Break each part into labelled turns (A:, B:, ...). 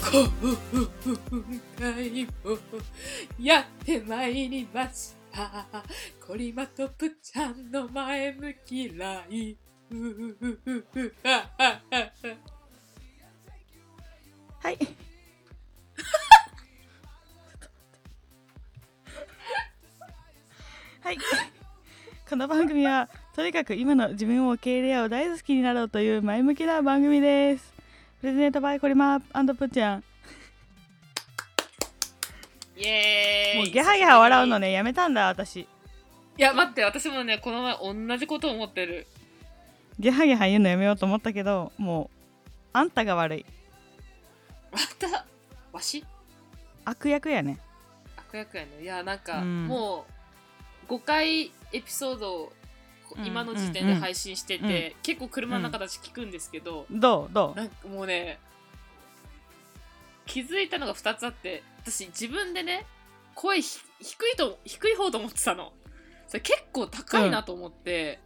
A: 幸をやってまいりましたコリマとプッちゃんの前向きライフ
B: はい。はい。この番組はとにかく今の自分を受け入れよう大好きになろうという前向きな番組です。プレゼントバイコリマープッチャン。
A: イエーイ
B: もうゲハゲハ笑うのねやめたんだ私。
A: いや待って私もねこの前同じこと思ってる
B: ゲハゲハ言うのやめようと思ったけどもうあんたが悪い
A: またわし
B: 悪役やね。
A: 悪役やねいやなんか、
B: うん
A: もう5回エピソードをこう
B: うん
A: 今の時点で配信してて、
B: うんう
A: 結構車の中で私聞くんですけど、
B: どうどう。
A: なんかもうね気づいたのが2つあって私自分でね声ひ低いと低い方と思ってたのそれ結構高いなと思って、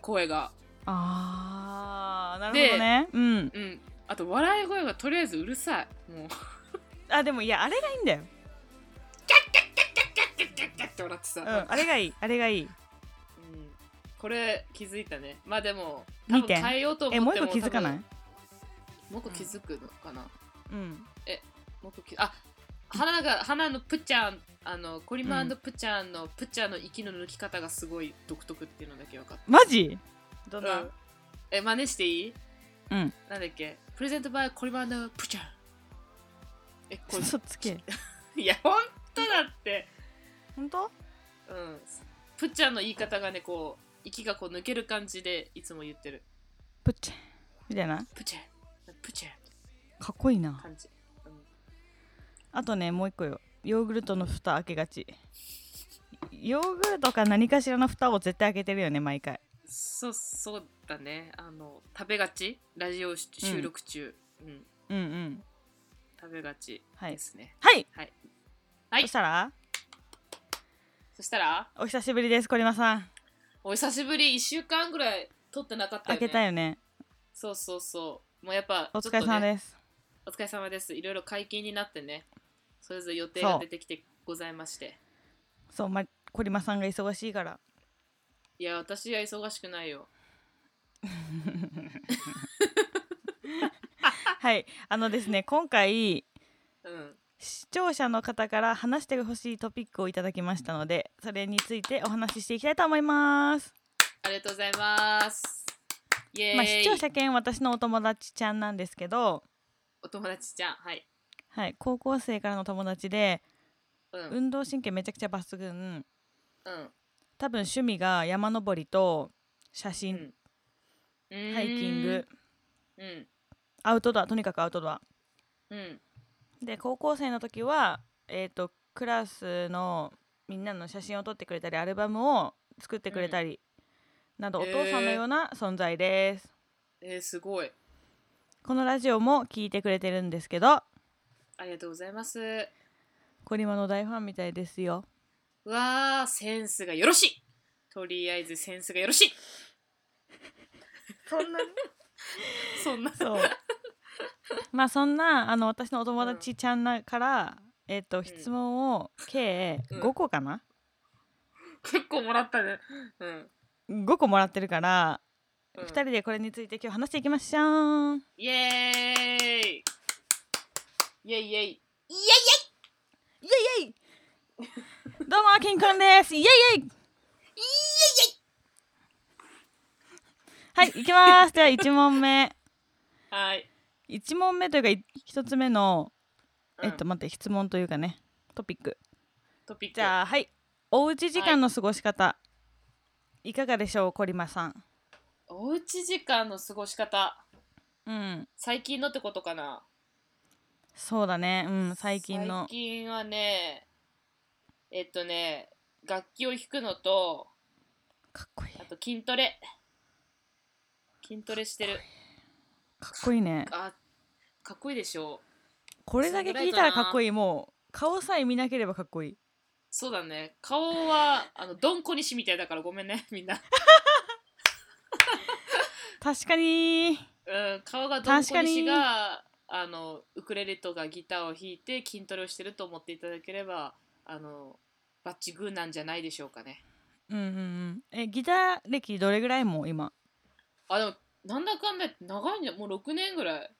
A: 声が
B: ああなるほどね。うん。
A: うんあと笑い声がとりあえずうるさいもう
B: あでもいやあれがいいんだよ。
A: キャッキャッキャッキャッって笑ってさ、
B: うんあれがいいあれがいい。
A: うんこれ気づいたねまあでも多
B: 見
A: 分
B: て
A: 変えようと思って
B: え
A: も
B: もう一個気づかない
A: 多？分もう一個気づくのかな、
B: うん。
A: もう一個気あ花が花のプッチャンあのコリマンプッチャンの、プッチャンの息の抜き方がすごい独特っていうのだけ分かっ
B: マジ
A: た
B: ど
A: うんえ真似していい
B: うん
A: なんだっけプレゼントバイコリマンプッチャンえこ
B: 嘘つけ
A: れ いや本当だって
B: 本当
A: うんプッチャンの言い方がねこう息がこう抜ける感じでいつも言ってる
B: プッチェみたいな
A: プッチャンプッチャン
B: かっこいいな
A: 感じ
B: あとねもう一個よヨーグルトの蓋開けがちヨーグルトか何かしらの蓋を絶対開けてるよね毎回
A: そうそうだねあの食べがちラジオし収録中、うん
B: うんうん
A: 食べがち
B: はい
A: ですね、
B: はい
A: はい
B: そしたら
A: そしたら
B: お久しぶりですコリマさん
A: お久しぶり1週間ぐらい撮ってなかったよね
B: 開けたよね
A: そうそうそうもうやっぱ
B: お疲れ様
A: す、
B: です
A: お疲れ様ですいろいろ解禁になってねそれぞれ予定が出てきてございまして
B: そうまコリマさんが忙しいから
A: いや私は忙しくないよ
B: はいあのですね今回
A: うん
B: 視聴者の方から話してほしいトピックをいただきましたのでそれについてお話ししていきたいと思います
A: ありがとうございますイエーイ、
B: まあ、視聴者兼私のお友達ちゃんなんですけど、
A: お友達じゃんはい、
B: はい、高校生からの友達で
A: うん、うん
B: 運動神経めちゃくちゃ抜群
A: うん
B: 多分趣味が山登りと写真、ハイキング
A: うん
B: アウトドアとにかくアウトドア
A: うん
B: で高校生の時は、えー、とクラスのみんなの写真を撮ってくれたりアルバムを作ってくれたり、などお
A: へー
B: 父さんのような存在です、
A: えー、すごい
B: このラジオも聞いてくれてるんですけど
A: ありがとうございますう
B: コリマの大ファンみたいですよ
A: わーセンスがよろしいとりあえずセンスがよろしい
B: そんな
A: そんな
B: そうまあそんなあの私のお友達ちゃんなから、えっ、と質問を計
A: うん
B: 5個かな、
A: 結構もらったねうん、
B: 5個もらってるから、
A: うん、
B: 2人でこれについて今日話していきましょう
A: イエーイイエイイエイイエイ
B: どうもキンコンですイエイイエイイエイはい行きますでは1問目
A: はい、
B: 1問目というか1つ目の、
A: うん
B: えっと待って質問というかねトピック
A: トピック
B: じゃあはいおうち時間の過ごし方、い、かがでしょうコリマさん
A: おうち時間の過ごし方
B: うん
A: 最近のってことかな
B: そうだねうん最近の
A: 最近はねえっとね楽器を弾くのと
B: かっこいい
A: あと筋トレ筋トレしてる
B: かっこいいね
A: あかっこいいでしょ
B: これだけ聞いたらかっこいいもう顔さえ見なければかっこいい
A: そうだね顔はあのどんこにしみたいだからごめんね みんな、
B: 確かに
A: うん、顔がどんこにしがあのウクレレとかギターを弾いて筋トレをしてると思っていただければあのバッチグーなんじゃないでしょうかね
B: うんうんうんえギター歴どれぐらいもう今
A: あでもなんだかんだ言って長いんじゃもう6年ぐらい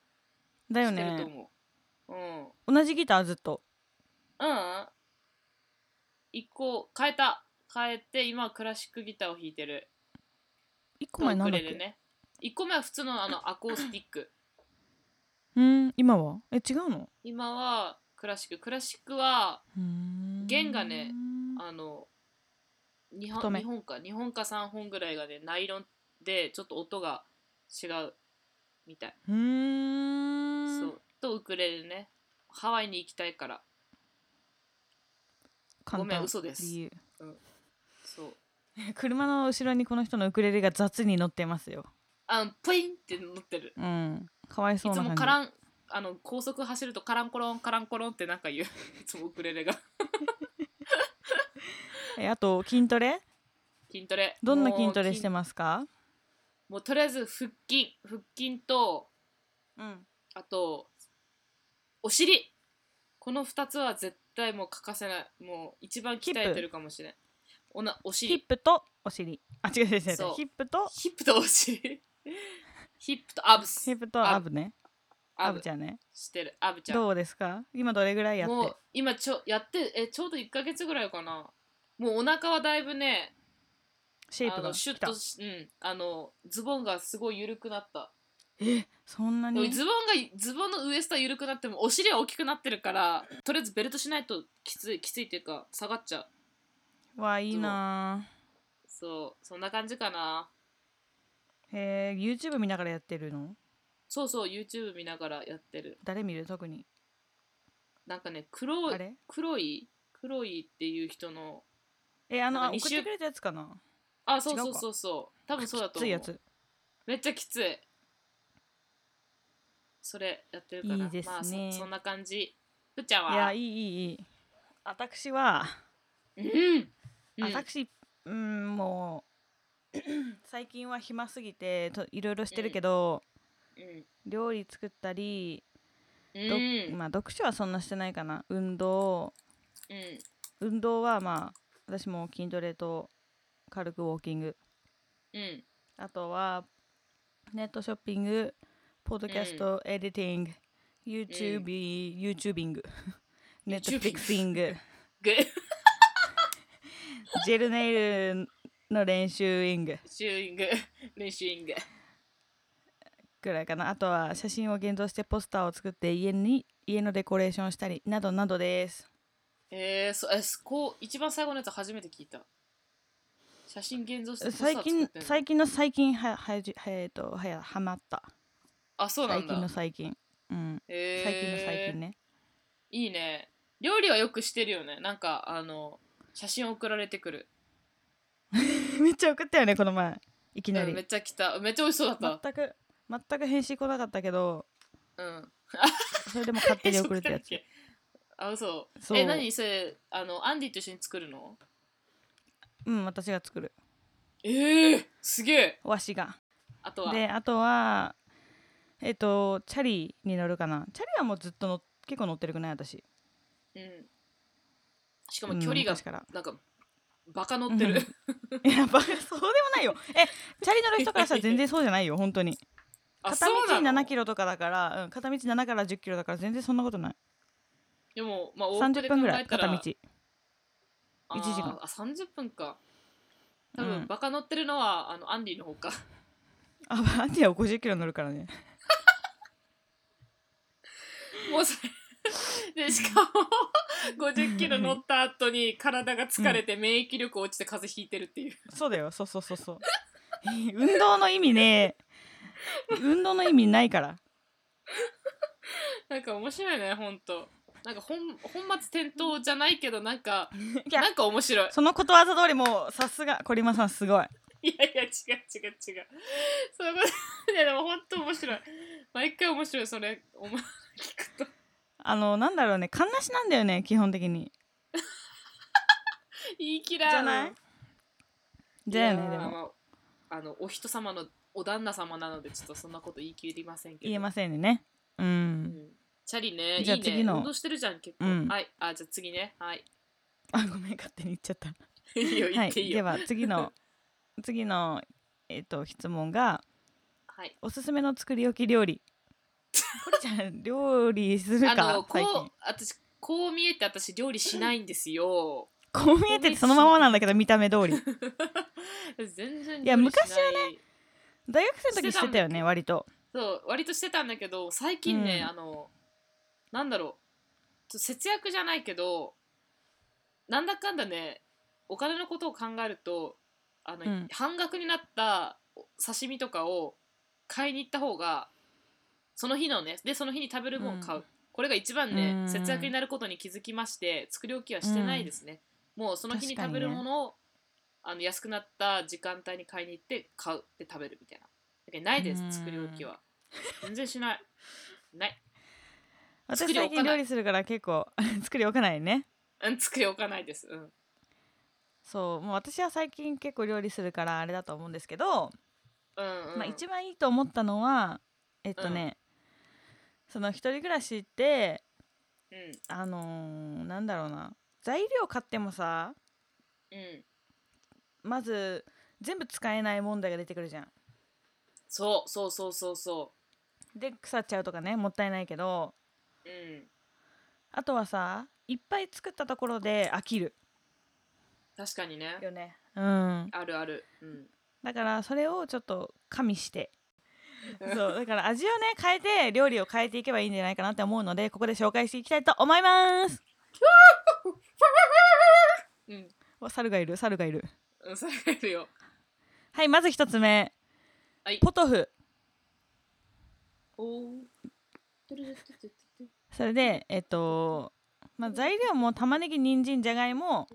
B: だよ
A: してると
B: ね
A: 思う、うん
B: 同じギターずっと
A: うん一個変えた変えて今はクラシックギターを弾いてる
B: 一個前なんだっ
A: ウクレレ
B: け、
A: ね一個目は普通のあのアコースティック
B: うん今はえ違うの
A: 今はクラシッククラシックは
B: うーん
A: 弦がねあの日
B: 太
A: 本
B: め
A: 日本か日本か3本ぐらいがねナイロンでちょっと音が違うみたい、
B: うーん
A: そうとウクレレねハワイに行きたいから
B: 簡単
A: ごめん嘘です
B: 理由
A: そう
B: 車の後ろにこの人のウクレレが雑に乗ってますよ
A: あのポインって乗ってる
B: うんかわい
A: い
B: そう
A: つ
B: な感じ
A: もカランあの高速走るとカランコロンカランコロンってなんか言ういつもウクレレが
B: えあと筋トレ
A: 筋トレ
B: どんな筋トレして
A: も
B: ますか
A: うもうとりあえず腹筋腹筋と
B: うん
A: あとお尻この2つは絶対もう欠かせないもう一番鍛えてるかもしれないおなお
B: ヒ
A: 尻
B: ップとお尻あ違う違う違うヒ
A: そう
B: ップと
A: ヒップとお 尻ヒップとアブス
B: ヒップとアブね
A: ア
B: ア
A: ブ
B: ブちゃんね
A: してるアブちゃん
B: どうですか今どれぐらいやっ
A: も
B: て
A: う今ちょやってえちょうど1か月ぐらいかなもうお腹はだいぶね
B: シェイ
A: あ
B: プ
A: の
B: が
A: シュ
B: き
A: ッ
B: た
A: としうんあのズボンがすごい緩くなった
B: えそんな
A: でも
B: に
A: ズボンがズボンのウエストは緩くなってもお尻は大きくなってるからとりあえずベルトしないときついきついっていうか下がっちゃう
B: わいいな
A: そうそんな感じかな
B: ーへえ YouTube 見ながらやってるの
A: そうそう YouTube 見ながらやってる
B: 誰見る特に
A: なんかね黒
B: あ
A: い
B: れ
A: 黒い黒いっていう人の
B: えあ
A: なんか
B: の送
A: 二
B: っ
A: 週
B: てくれたやつかな
A: あそう
B: 違う
A: そう
B: か
A: そうそう多分そうだと
B: きつ
A: 思う
B: いやつ
A: めっちゃきついそれやってるから
B: いいですね
A: まあそそんな感じふっちゃんはい
B: やいいいいいい私は
A: うん、うん、
B: 私うんもう 最近は暇すぎてといろいろしてるけど、
A: うん
B: 料理作ったり、ど
A: うん
B: まあ読書はそんなしてないかな運動
A: うん
B: 運動はまあ私も筋トレと軽くウォーキング
A: うん
B: あとはネットショッピングポッドキャスト、エディティング YouTube、
A: うん
B: YouTubing ネットフィクシング
A: グッ
B: ジェルネイルの練習イング
A: シューイング練習イング
B: ぐらいかなあとは写真を現像してポスターを作って家に家のデコレーションしたりなどなどです
A: えー、そえそこう一番最後のやつ初めて聞いた写真現像してポスター
B: 最近
A: 作ってんの
B: 最近の最近ははじはえっとはやはまった
A: あそうな
B: 最
A: んだ
B: 近の最近うん
A: えー
B: 最近の最近ね
A: いいね料理はよくしてるよねなんかあの写真送られてくる、
B: めっちゃ送ったよねこの前いきな
A: うん、
B: り
A: めっちゃ来ためっちゃ美味しそうだった、
B: 全く全く返信来なかったけど
A: うん
B: それでも勝手に送れた やつ
A: えあ嘘
B: そう
A: え何それあのアンディと一緒に作るの
B: うん私が作る
A: ええー、すげえ
B: わしが
A: あとは
B: であとはえっ、とチャリに乗るかなチャリはもうずっとの結構乗ってるくない私
A: うんしかも距離
B: う
A: が
B: ん、昔から
A: なんかバカ乗ってる、
B: いやバカそうでもないよえチャリ乗る人からしたら全然そうじゃないよ本当に
A: あ
B: 片
A: そ
B: 道
A: うなの
B: 7キロとかだから、うん、片道7から10キロだから全然そんなことない
A: でもまあ往復で
B: 30分ぐらい
A: 考えた
B: 片道
A: あー
B: 一時間
A: あ30分か多分、
B: うん
A: バカ乗ってるのはあのアンディの方か
B: あアンディは50キロ乗るからね
A: もうそれでしかも50キロ乗った後に体が疲れて免疫力落ちて風邪ひいてるっていう
B: そうだよそうそうそうそう運動の意味ね運動の意味ないから
A: なんか面白いねほんとなんか本本末転倒じゃないけどなんか
B: いや
A: なんか面白い
B: そのことわざ通りもうさすがコリマさんすごい
A: いやいや違う違う違うそういうこといやでもほんと面白い毎回面白いそれお前聞くと
B: あのなんだろうねかんなしなんだよね基本的に
A: 言い切
B: じ
A: ら
B: ゃないだよ
A: い
B: ね
A: やー
B: でも
A: まああのお人様のお旦那様なのでちょっとそんなこと言い切りませんけど
B: 言えませんねう
A: うんんチャリね、
B: じゃあ
A: いいね。
B: 次の
A: 運動してるじゃん、結構。
B: うん
A: はい。あ、じゃあ次ね。はい。
B: あごめん勝手に言っちゃった
A: いいよ、
B: は
A: 言
B: い
A: っていい
B: で
A: よ。
B: は 次の次のえっ、と質問が
A: はい。
B: おすすめの作り置き料理これじゃん料理する
A: あ
B: か
A: の、こ
B: 最
A: う
B: 近、
A: 私、こう見えて私、料理しないんですよ。
B: こう見えててそのままなんだけど見た目通り
A: 全然
B: いや
A: 料理しない
B: 昔は
A: ね
B: 大学生の時してたよ
A: してたんだけ
B: ね
A: ど
B: 割と
A: そう割としてたんだけど最近ね、
B: うん
A: あのなんだろうちょっと節約じゃないけどなんだかんだねお金のことを考えるとあの、
B: うん
A: 半額になったお刺身とかを買いに行った方がその日のねでその日に食べる分を買う、
B: うん
A: これが一番ね、
B: うん
A: 節約になることに気づきまして作り置きはしてないですね、もうその日に食べる
B: 確かにね
A: ものを、あの安くなった時間帯に買いに行って買うって食べるみたいなだけどないで
B: うん
A: す作り置きは全然しないない作
B: 私
A: り置かない
B: 最近料理するから結構 作り置かないね
A: うん作り置かないですうん
B: そうもう私は最近結構料理するからあれだと思うんですけど、
A: うん、うん、
B: まあ、一番いいと思ったのはえっとね、その一人暮らしって
A: うん
B: あのーなんだろうな材料買ってもさ
A: うん
B: まず全部使えない問題が出てくるじゃん。
A: そうそうそうそうそ
B: で腐っちゃうとかねもったいないけど
A: ううん
B: あとはさいっぱい作ったところで飽きる
A: 確かにね
B: よね。うん、
A: あるあるうん
B: だからそれをちょっと加味してそうだから味をね変えて料理を変えていけばいいんじゃないかなって思うのでここで紹介していきたいと思います
A: うん
B: お猿がいる猿がいる
A: うんそれがいるよ
B: はいまず一つ目、
A: はい
B: ポトフ
A: おー
B: それでえっと、まあ、材料も玉ねぎ人参じゃがいも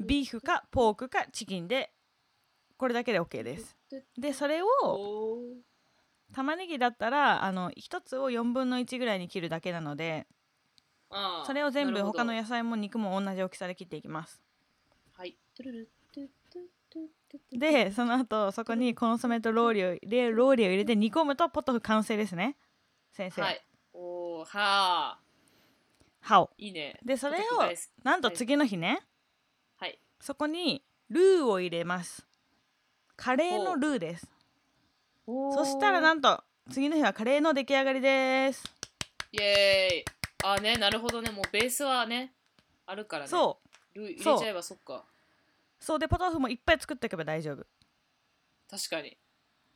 B: ビーフかポークかチキンでこれだけで OK ですでそれを
A: おー
B: 玉ねぎだったらあの1つを4分の1ぐらいに切るだけなので
A: あー
B: それを全
A: な
B: 部
A: るほど
B: 他の野菜も肉も同じ大きさで切っていきます
A: はい
B: でその後そこにコンソメとローリを入れローリを入れて煮込むとポトフ完成ですね先生、
A: はいおーはあ
B: 歯を
A: いいね
B: でそれを
A: ポトフ大好き
B: なんと次の日ね
A: はい
B: そこにルーを入れますカレーのルーですそ
A: そ
B: したらなんと次の日はカレーの出来上がりです
A: イエーイあーねなるほどねもうベースはねあるからねう
B: そう
A: 入れち
B: そう
A: ゃえばそっか
B: そうでポトフもいっぱい作っておけば大丈夫
A: 確かに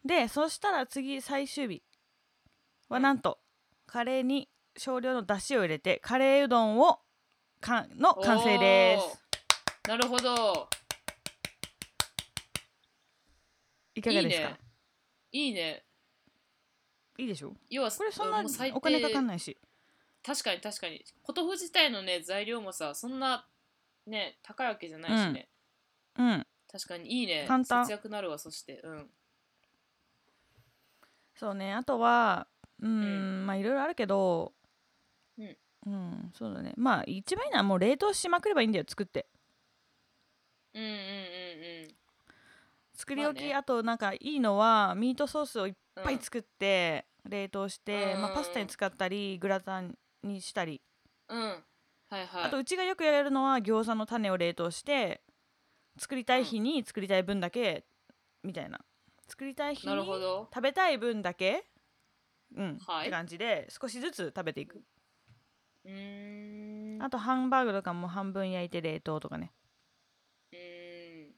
B: でそしたら次最終日はなんとカレーに少量の出汁を入れてカレーうどんをかんの完成です
A: おーなるほど
B: いかがですかいい,、
A: いいねいいね
B: でしょ
A: 要は
B: これそんな
A: もう最低
B: お金かかんないし
A: 確かに確かにポトフ自体のね材料もさそんなね高いわけじゃないしね、
B: うん
A: 確かにいいね
B: 簡単
A: 節約なるわそしてうん
B: そうねあとはうーん
A: うん
B: まあいろいろあるけど
A: うん、
B: うんそうだねまあ一番いいのはもう冷凍しまくればいいんだよ作って
A: うんうんうんうん
B: 作り置き、
A: まあ
B: あ
A: ね
B: となんかいいのはミートソースをいっ
A: うん
B: ぱい作って、冷凍して、
A: うん
B: まあ、パスタに使ったりグラタンにしたり
A: うんはいはい
B: あとうちがよくやるのは餃子の種を冷凍して作りたい日に作りたい分だけみたいな作りたい日
A: なるほ
B: に
A: ど
B: 食べたい分だけうん、
A: はい
B: って感じで少しずつ食べていく
A: うーん
B: あとハンバーグとかも半分焼いて冷凍とかね
A: うーん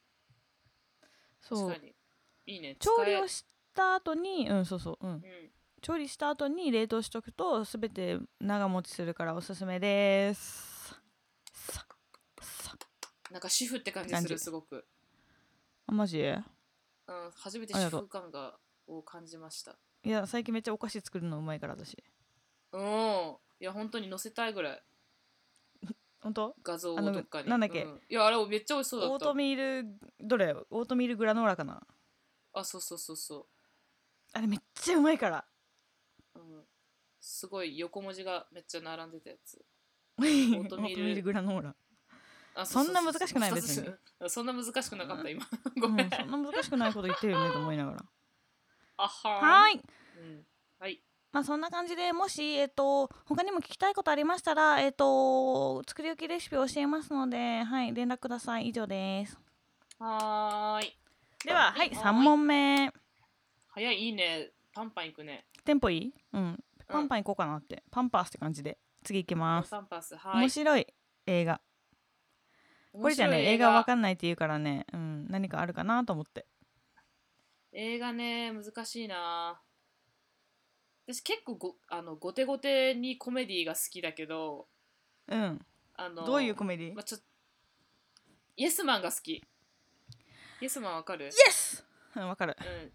B: そ
A: 確
B: う
A: かにいいね
B: 調理
A: 使
B: を
A: え
B: した後にうんそうそううん
A: うん
B: 調理した後に冷凍しとくとすべて長持ちするからおすすめですささ
A: なんか主婦って感じ
B: 感
A: す
B: じ
A: るすごく、
B: あマジ
A: うん、初めて
B: あり
A: 主
B: がとう
A: 婦感がを感じました
B: いや最近めっちゃお菓子作るのうまいから私
A: うんいや本当に載せたいぐらい
B: 本当
A: 画像を
B: あ
A: ど
B: の
A: っかに
B: なんだっけ
A: ういやあれめっちゃ美味しそうだ
B: オー
A: った
B: トミールどれオートミールグラノーラかな
A: あそうそうそうそ
B: あれめっちゃうまいから
A: う、うん、すごい横文字がめっちゃ並んでたや つ
B: オー
A: ートミール
B: グラノーラ、
A: あ
B: そんな難しくない
A: そうそうそう
B: 別
A: そんな難しくなかった今
B: う
A: ご
B: ん、
A: めん、
B: そんな難しくないこと言ってるよねと思いながら
A: あはー
B: はーい
A: うんはい
B: まあそんな感じでもし、えっと、他にも聞きたいことありましたら、えっと、作り置きレシピを教えますので、はい、連絡ください。以上です。
A: はーい。
B: では、はい、
A: はい
B: 3問目。
A: 早い、いいね。パンパンいくね。
B: テンポいいうん。パンパン行こうかなって。パンパースって感じで。次行きます。
A: パンパス。はい
B: 面。白い映画。これじゃ
A: 面白
B: ね、
A: い
B: 映画わかんないって言うからね、うん、何かあるかなと思って。
A: 映画ね難しいな私結構ごあの後手後手にコメディが好きだけど
B: うん。
A: あの
B: どういうコ
A: メ
B: メディ
A: まあ、ちょイエスマンが好きイエスマンわかる、
B: イエスうん、わかる。
A: うん、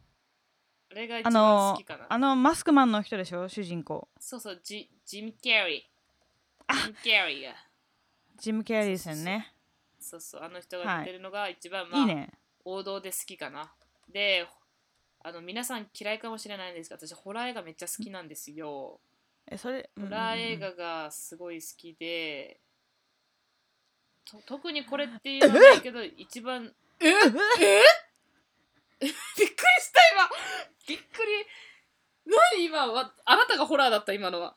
A: あれが一
B: あ
A: 番
B: の
A: 好きかな、
B: あのマスクマンの人でしょ主人公
A: そうそうジジム・キャリージム・キャリーが
B: ジム・キャリーさんね
A: そうそうあの人が出てるのが一番、まあ
B: いいね
A: 王道で好きかなであの皆さん嫌いかもしれないんですが私ホラー映画めっちゃ好きなんですよ、
B: えそれうん
A: ホ
B: うん
A: ラー映画がすごい好きで、と特にこれって言わないけど、一番、ええびっくりした、今びっくり。何今は、あなたがホラーだった、今 のは。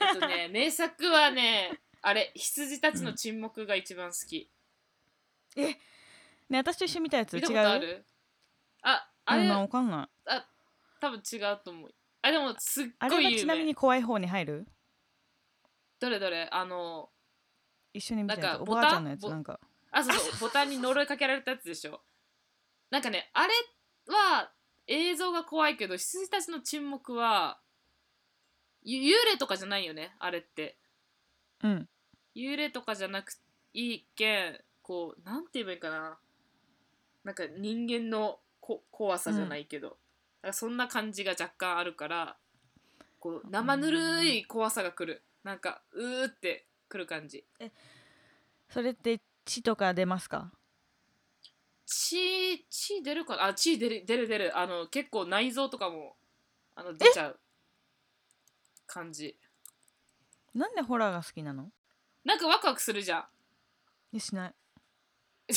A: えっとね、名作はね、あれ、羊たちの沈黙が一番好き。
B: ね私と一緒に見たやつ違
A: 見た
B: う
A: ことあるあ、あれ、
B: うんわかんない
A: 多分違うと思う。あ、でも、すっ
B: あ
A: ご
B: れ
A: い有
B: が
A: 名。
B: ちなみに怖い方に入る
A: どれどれあの、
B: 一緒に見た
A: な
B: や
A: ん
B: つ
A: か
B: おばあちゃんのやつ
A: ボタン
B: なんか
A: あ、そうそう、ボタンに呪いかけられたやつでしょ。なんかね、あれは映像が怖いけど、羊たちの沈黙は、ゆ幽霊とかじゃないよね、あれって。
B: うん
A: 幽霊とかじゃなくいいけん、こう、なんて言えばいいかな。なんか人間のこ怖さじゃないけど、なんかそんな感じが若干あるから、こう、生ぬるい怖さが来る。なんか、うーって来る感じ。
B: それって血とか出ますか
A: 血血出るかなあ血出る出る出るあの結構内臓とかもあの出ちゃう感じ
B: なんでホラーが好きなの
A: なんかワクワクするじゃん
B: いやしない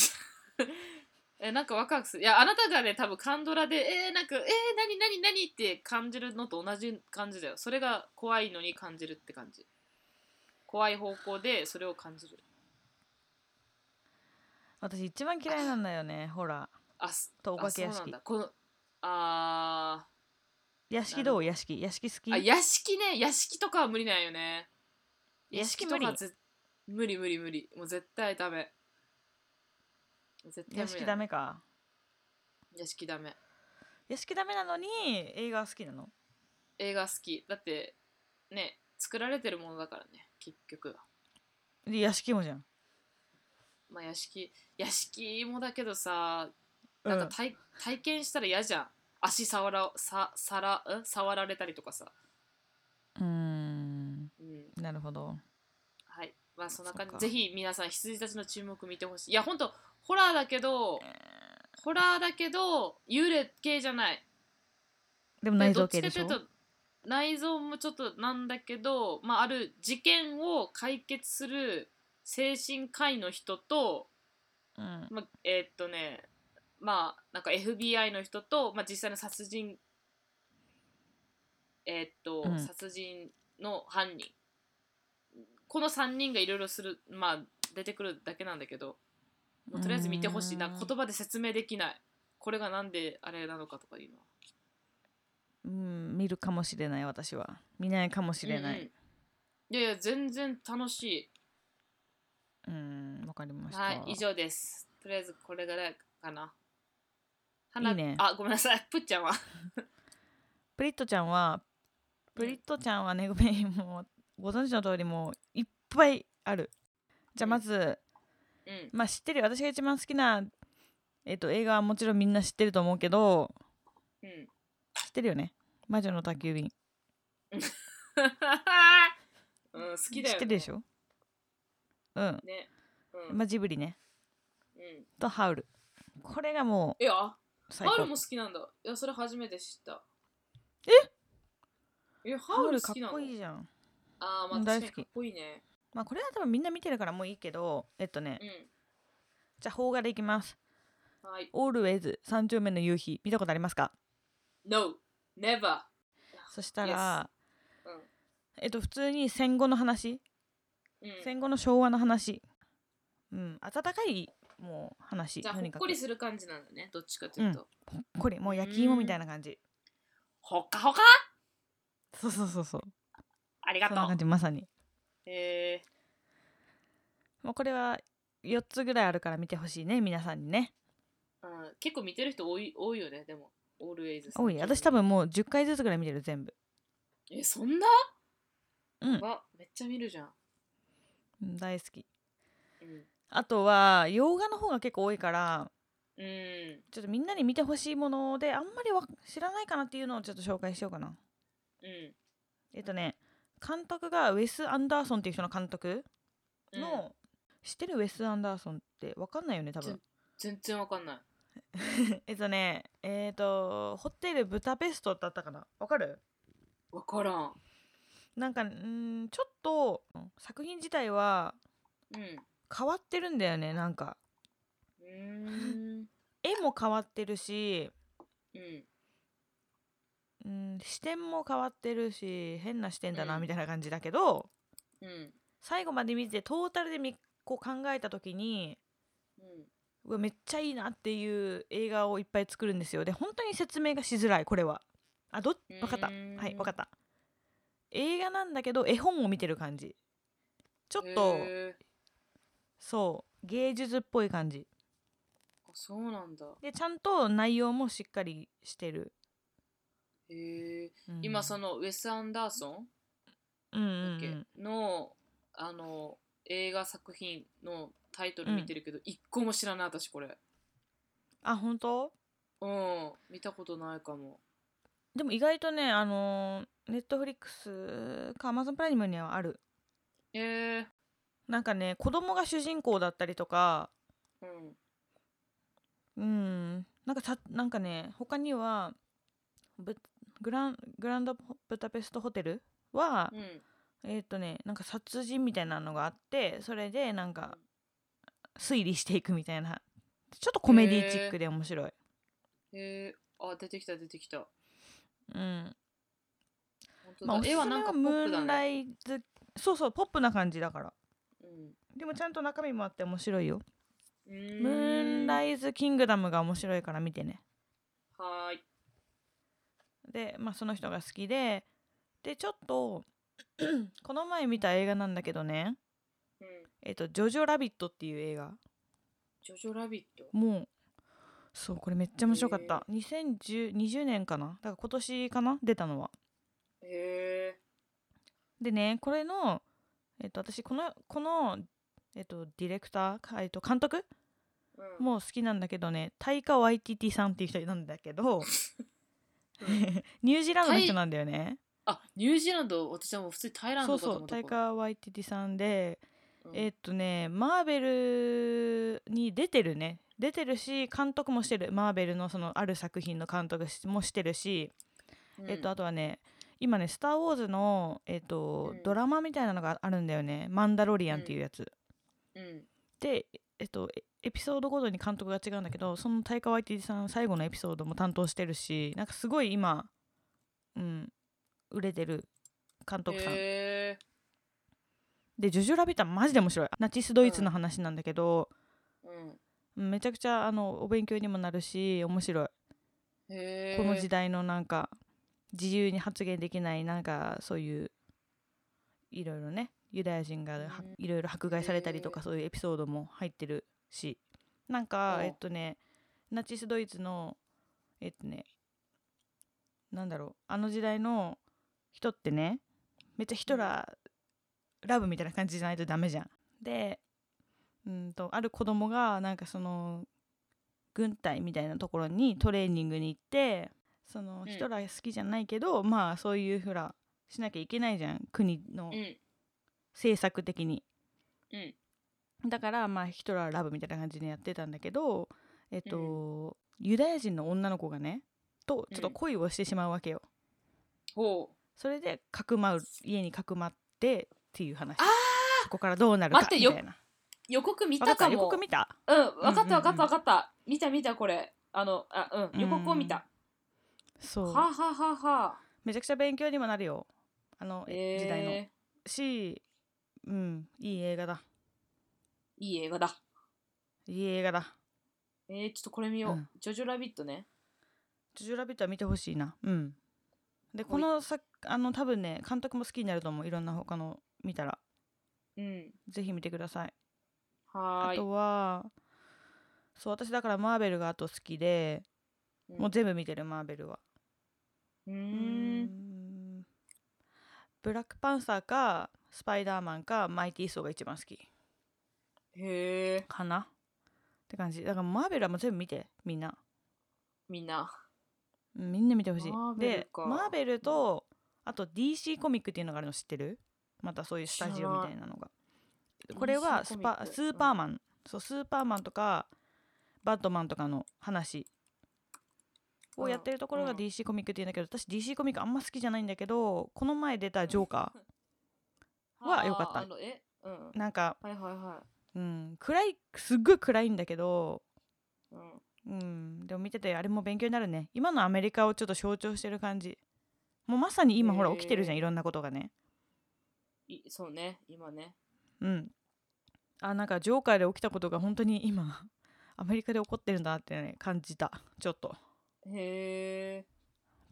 A: えなんかワクワクするいやあなたがね多分カンドラでえー、なんかえー、何何何って感じるのと同じ感じだよそれが怖いのに感じるって感じ怖い方向でそれを感じる
B: 私一番嫌いなんだよねホラ
A: あす
B: ーとお化け
A: あ
B: 屋
A: そうなん
B: 敷
A: だこのあ
B: 屋敷どう屋敷屋敷好
A: ーあ
B: き
A: 屋敷ね屋敷とかは無理なんよね
B: 屋
A: 屋敷
B: 敷無
A: と
B: 理
A: かぜ無理無理無理もう絶対ダメ絶対無理
B: 屋敷ダメか
A: 屋敷ダメ
B: 屋敷ダメなのに映画は好きなの
A: 映画好きだってね作られてるものだからね結局は
B: で屋敷もじゃん
A: まあ屋敷屋敷もだけどさ
B: う
A: なん
B: ん
A: か体,、体験したら嫌じゃん足触らささらん触られたりとかさ
B: うーん
A: うん
B: なるほど
A: はいまあそんな感
B: そっか
A: じぜひ皆さん羊たちの注目見てほしいいやほんとホラーだけどホラーだけど幽霊系じゃない
B: でも内臓系でしょ
A: どっちかというと内臓もちょっとなんだけど、まあ、ある事件を解決する精神科医の人と、
B: うん
A: まあ、えーっとねまあなんか FBI の人と、まあ、実際の殺人えーっと、
B: うん
A: 殺人の犯人この3人がいろいろするまあ出てくるだけなんだけどもうとりあえず見てほしいな
B: うーん
A: 言葉で説明できないこれがなんであれなのかとかいうのは
B: うん、見るかもしれない私は見ないかもしれない
A: うんうんいやいや全然楽しい
B: うんわかりました、
A: はい以上ですとりあえずこれぐらいかない
B: いね
A: あごめんなさい ぷっちゃんは
B: プリットちゃんは
A: うん
B: プリットちゃんはねごめんもうご存知の通りもういっぱいあるじゃあまず、
A: うん
B: まあ知ってるよ私が一番好きなえっ、と映画はもちろんみんな知ってると思うけど
A: うん
B: 知ってるよね魔女の宅急便、
A: うん、好きだ
B: 知
A: よ、ね、
B: ってるでし
A: ょ
B: ょうん、
A: ねうん、
B: まあ、ジブリね
A: うん、
B: とハウルこれがも
A: いやあ
B: う最
A: ハウル
B: 高
A: も好きなんだいやそれ初めて知ったええハ
B: ハ
A: ウ
B: ウ
A: ル
B: ル
A: 好
B: か
A: き
B: っ
A: なの
B: こいいじゃん
A: ああまあ
B: う
A: 確
B: ん大
A: かに
B: 好き
A: かっこいいね
B: まあこれは多分みんな見てるからもういいけどえっとね
A: う
B: じゃあ邦画でいきます
A: んはい
B: オールウェイズ三丁目の夕日見たことありますか
A: No never
B: そしたら、
A: Yes. うん
B: えっと普通に戦後の話、
A: うん
B: 戦後の昭和の話うん温かいもう話
A: じゃあ
B: と
A: ほっ
B: にかく
A: こりする感じなんだねどっちかというと、
B: ほっこりもう焼き芋みたいな感じ
A: ほっかほか
B: そうそうそうそう
A: ありが
B: そ
A: と
B: んな
A: う
B: 感じまさに
A: え
B: もうこれは4つぐらいあるから見てほしいね皆さんにね
A: ーうん、結構見てる人多い多いよねでもオールウェイズ
B: 多い私多分もう10回ずつぐらい見てる全部
A: えそんな
B: うん
A: やばめっちゃ見るじゃん、
B: うん大好き
A: うん
B: あとは洋画の方が結構多いから
A: うん
B: ちょっとみんなに見てほしいものであんまりわ知らないかなっていうのをちょっと紹介しようかな
A: うん
B: えっとね監督がウェス・アンダーソンっていう人の監督
A: うん
B: の、知ってるウェス・アンダーソンってわかんないよね多分
A: 全然わかんない
B: えっとねえっ、とホテルブタペストだったかなわかる
A: わからん
B: なんかうーんちょっと作品自体は
A: うん
B: 変わってるんだよねなんか
A: うーん
B: 絵も変わってるし
A: うん
B: うん視点も変わってるし変な視点だ
A: う
B: なんみたいな感じだけど、
A: うん
B: 最後まで見てトータルでみこう考えた時に
A: うん
B: うわめっちゃいいなっていう映画をいっぱい作るんですよで本当に説明がしづらいこれはあど
A: うーん
B: 分かったはい分かった映画なんだけど絵本を見てる感じちょっと
A: へー
B: そう芸術っぽい感じ
A: あそうなんだ
B: でちゃんと内容もしっかりしてる、
A: へえ
B: うん
A: 今そのウェス・アンダーソン
B: うんう
A: だっ
B: ん
A: け、
B: うん
A: のあの映画作品のタイトル見てるけど、一個も知らない私これ
B: あ本当
A: うん見たことないかも
B: でも意外とねあのネットフリックスかアマゾンプライムにはある
A: へえ
B: なんかね子供が主人公だったりとか
A: うん
B: うんなんかさなんかね他にはブグラングランドブタペストホテルは、
A: うん
B: えっ、とねなんか殺人みたいなのがあってそれでなんか推理していくみたいなちょっとコメディチックで面白い、
A: へえあ出てきた出てきた
B: うん
A: 本当だ、
B: まあ、おすす
A: 絵
B: め
A: はなん
B: は
A: かポ
B: ム
A: ップ
B: ー
A: だ
B: ン
A: ね
B: ライズそうそうポップな感じだから
A: うん
B: でもちゃんと中身もあって面白いよ
A: うーん
B: ムーンライズキングダムが面白いから見てね
A: はーい
B: で、まあ、その人が好きででちょっと この前見た映画なんだけどね
A: うん
B: えっと「ジョジョラビット」っていう映画
A: ジョジョラビット
B: もうそうこれめっちゃ面白かった2020年かなだから今年かな出たのは
A: へえ
B: でねこれの、えっと、私このこの、えっと、ディレクターか、えっと、監督
A: うん
B: もう好きなんだけどねタイカ・ワイティティさんっていう人なんだけどニュージーランドの人なんだよね、
A: あニュージーランド私はもう普通にタイランド
B: そう
A: かと
B: そ
A: 思
B: う
A: っ
B: タ
A: た
B: イカー・ワイティティさんで、
A: うん
B: えーっとねマーベルに出てるね出てるし監督もしてるマーベルのそのある作品の監督しもしてるし、
A: うん
B: えーっとあとはね今ね「スター・ウォーズの」えーっと
A: うん
B: ドラマみたいなのがあるんだよね「マンダロリアン」っていうやつ、
A: うん
B: でえーっとエエピソードごとに監督が違うんだけどそのタイカー・ワイティティさん最後のエピソードも担当してるしなんかすごい今、うん、売れてる監督さん
A: へえ
B: で「ジョジョラビット」はマジで面白いナチスドイツの話なんだけど、
A: うん
B: めちゃくちゃあのお勉強にもなるし面白い、
A: へえ
B: この時代のなんか自由に発言できないなんかそういういろいろねユダヤ人がは
A: うん
B: いろいろ迫害されたりとか
A: へ
B: そういうエピソードも入ってるしなんか
A: お
B: えっとねナチスドイツのえっとねなんだろうあの時代の人ってねめっちゃヒトラーラブみたいな感じじゃないとダメじゃん。でうんとある子供がなんかその軍隊みたいなところにトレーニングに行ってその、
A: ん
B: ヒトラー好きじゃないけどまあそういうふらしなきゃいけないじゃん国の
A: うん
B: 政策的に。
A: うん
B: だからまあヒトラーラブみたいな感じでやってたんだけどえっと、ユダヤ人の女の子がねとちょっと恋をしてしまうわけよ。
A: ほう
B: それでかくまう家にかくまってっていう話
A: あ
B: そこからどうなるか
A: 待って
B: み
A: よ
B: たいな。
A: 予告見
B: わ
A: た
B: かった
A: かも
B: 予告見た
A: うんわか
B: う
A: っ
B: んうんう
A: たわ
B: ん
A: かったわかった見た見たこれあのあうん予告を見た
B: そう
A: はあはあはあはあ
B: めちゃくちゃ勉強にもなるよあの
A: えー
B: 時代の、しうんいい映画だ
A: いい映画だ。
B: いい映画だ
A: えー、ちょっとこれ見よう。
B: うん
A: ジョジョラビットね。
B: ジョジョラビットは見てほしいなうんでこのさあの多分ね監督も好きになると思ういろんな他の見たら
A: うん。
B: ぜひ見てください
A: はー
B: あ
A: い。
B: とはそう私だからマーベルがあと好きで、
A: うん
B: もう全部見てるマーベルは
A: うー。
B: うんんブラックパンサーかスパイダーマンかマイティーソーが一番好き
A: へえ。
B: かなって感じだからマーベルはもう全部見てみんな
A: みんな。
B: うんみんな見てほしい
A: マーベル
B: で
A: か
B: マーベルとあと DC コミックっていうのがあるの知ってるまたそういうスタジオみたいなのがこれは
A: DC
B: スパ
A: コミック
B: スーパーマン、そうスーパーマンとかバットマンとかの話をやってるところ
A: う
B: が
A: ん
B: DC コミックっていうんだけど私 DC コミックあんま好きじゃないんだけどこの前出たジョーカは
A: あー
B: よかった
A: あのえうん。
B: ーなんか、
A: はいはいは
B: うん、暗いすっごい暗いんだけど
A: い。うん。
B: うん、でも見ててあれも勉強になるね今のアメリカをちょっと象徴してる感じもうまさに今ほら
A: へー
B: 起きてるじゃんいろんなことがね
A: いそうね、今ね。
B: うんあなんかジョーカーで起きたことが本当に今 アメリカで起こってるんだってね感じたちょっとっ
A: へえ。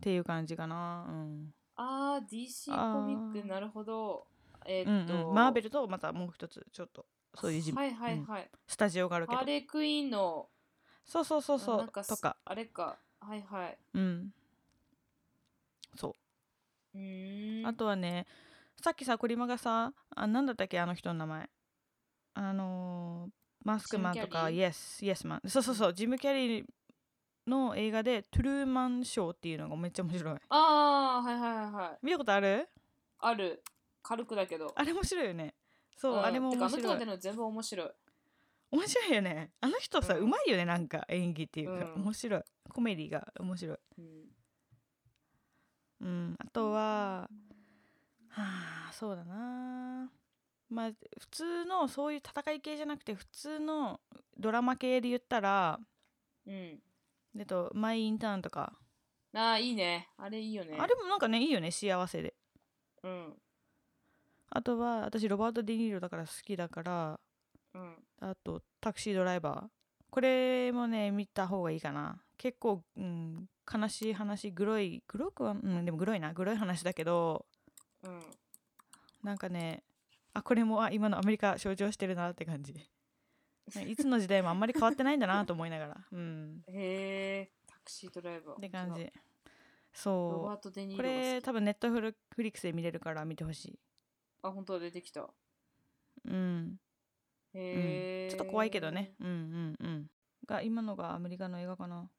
B: ていう感じかなうん、
A: あー、DC
B: あー
A: コミック、なるほど。え
B: うん
A: ーっと、
B: うんマーベルとまたもう一つちょっとそういうジム
A: はいはいはい。
B: スタジオがあるけど
A: ハーレークイーンの、
B: そうそうそう
A: あ
B: そ
A: なん
B: う
A: か
B: とか
A: あれか。はいはい。
B: うんそう
A: うーん。
B: あとはねさっきさコリマがさあなんだったっけあの人の名前あのーマスクマン
A: ジ
B: とか
A: ムキャリ
B: イエスイエスマンそうそうそうジム・キャリーの映画で「トゥルーマンショー」っていうのがめっちゃ面白い
A: あー、はいはいはいはい。
B: 見たことある
A: ある。軽くだけど。
B: あれ面白いよねそう、
A: うん
B: あれも
A: てか
B: 面
A: あの人
B: 白
A: が出
B: い
A: るの全部面白い。
B: 面白いよねあの人さ
A: うん
B: うま、いよねなんか演技っていうか、
A: うん
B: 面白いコメディが面白い
A: うん
B: うんあとははあそうだなまあ普通のそういう戦い系じゃなくて普通のドラマ系で言ったら
A: うん。
B: えっとマイ・インターンとか、
A: ああ、いいね。あれいいよね。
B: あれもなんかねいいよね幸せで
A: うん。
B: あとは私ロバート・デ・ニーロだから好きだから
A: うん。
B: あとタクシードライバーこれもね見た方がいいかな結構、うん、悲しい話グロいグロくはうんでもグロいなグロい話だけど
A: うん。
B: なんかねあこれもあ今のアメリカ象徴してるなって感じ、ねいつの時代もあんまり変わってないんだなと思いながらうん
A: へえ。タクシードライバー。
B: って感
A: 違う。
B: じ
A: ロ
B: そ
A: バート・デ・
B: う
A: ニー
B: こ
A: ロが好
B: れ
A: き
B: 多分ネットフルフリックスで見れるから見てほしい
A: あ、本当は出てきた。
B: うん、うん
A: へえ、
B: ちょっと怖いけどね。うんうんうんが今のがアメリカの映画かな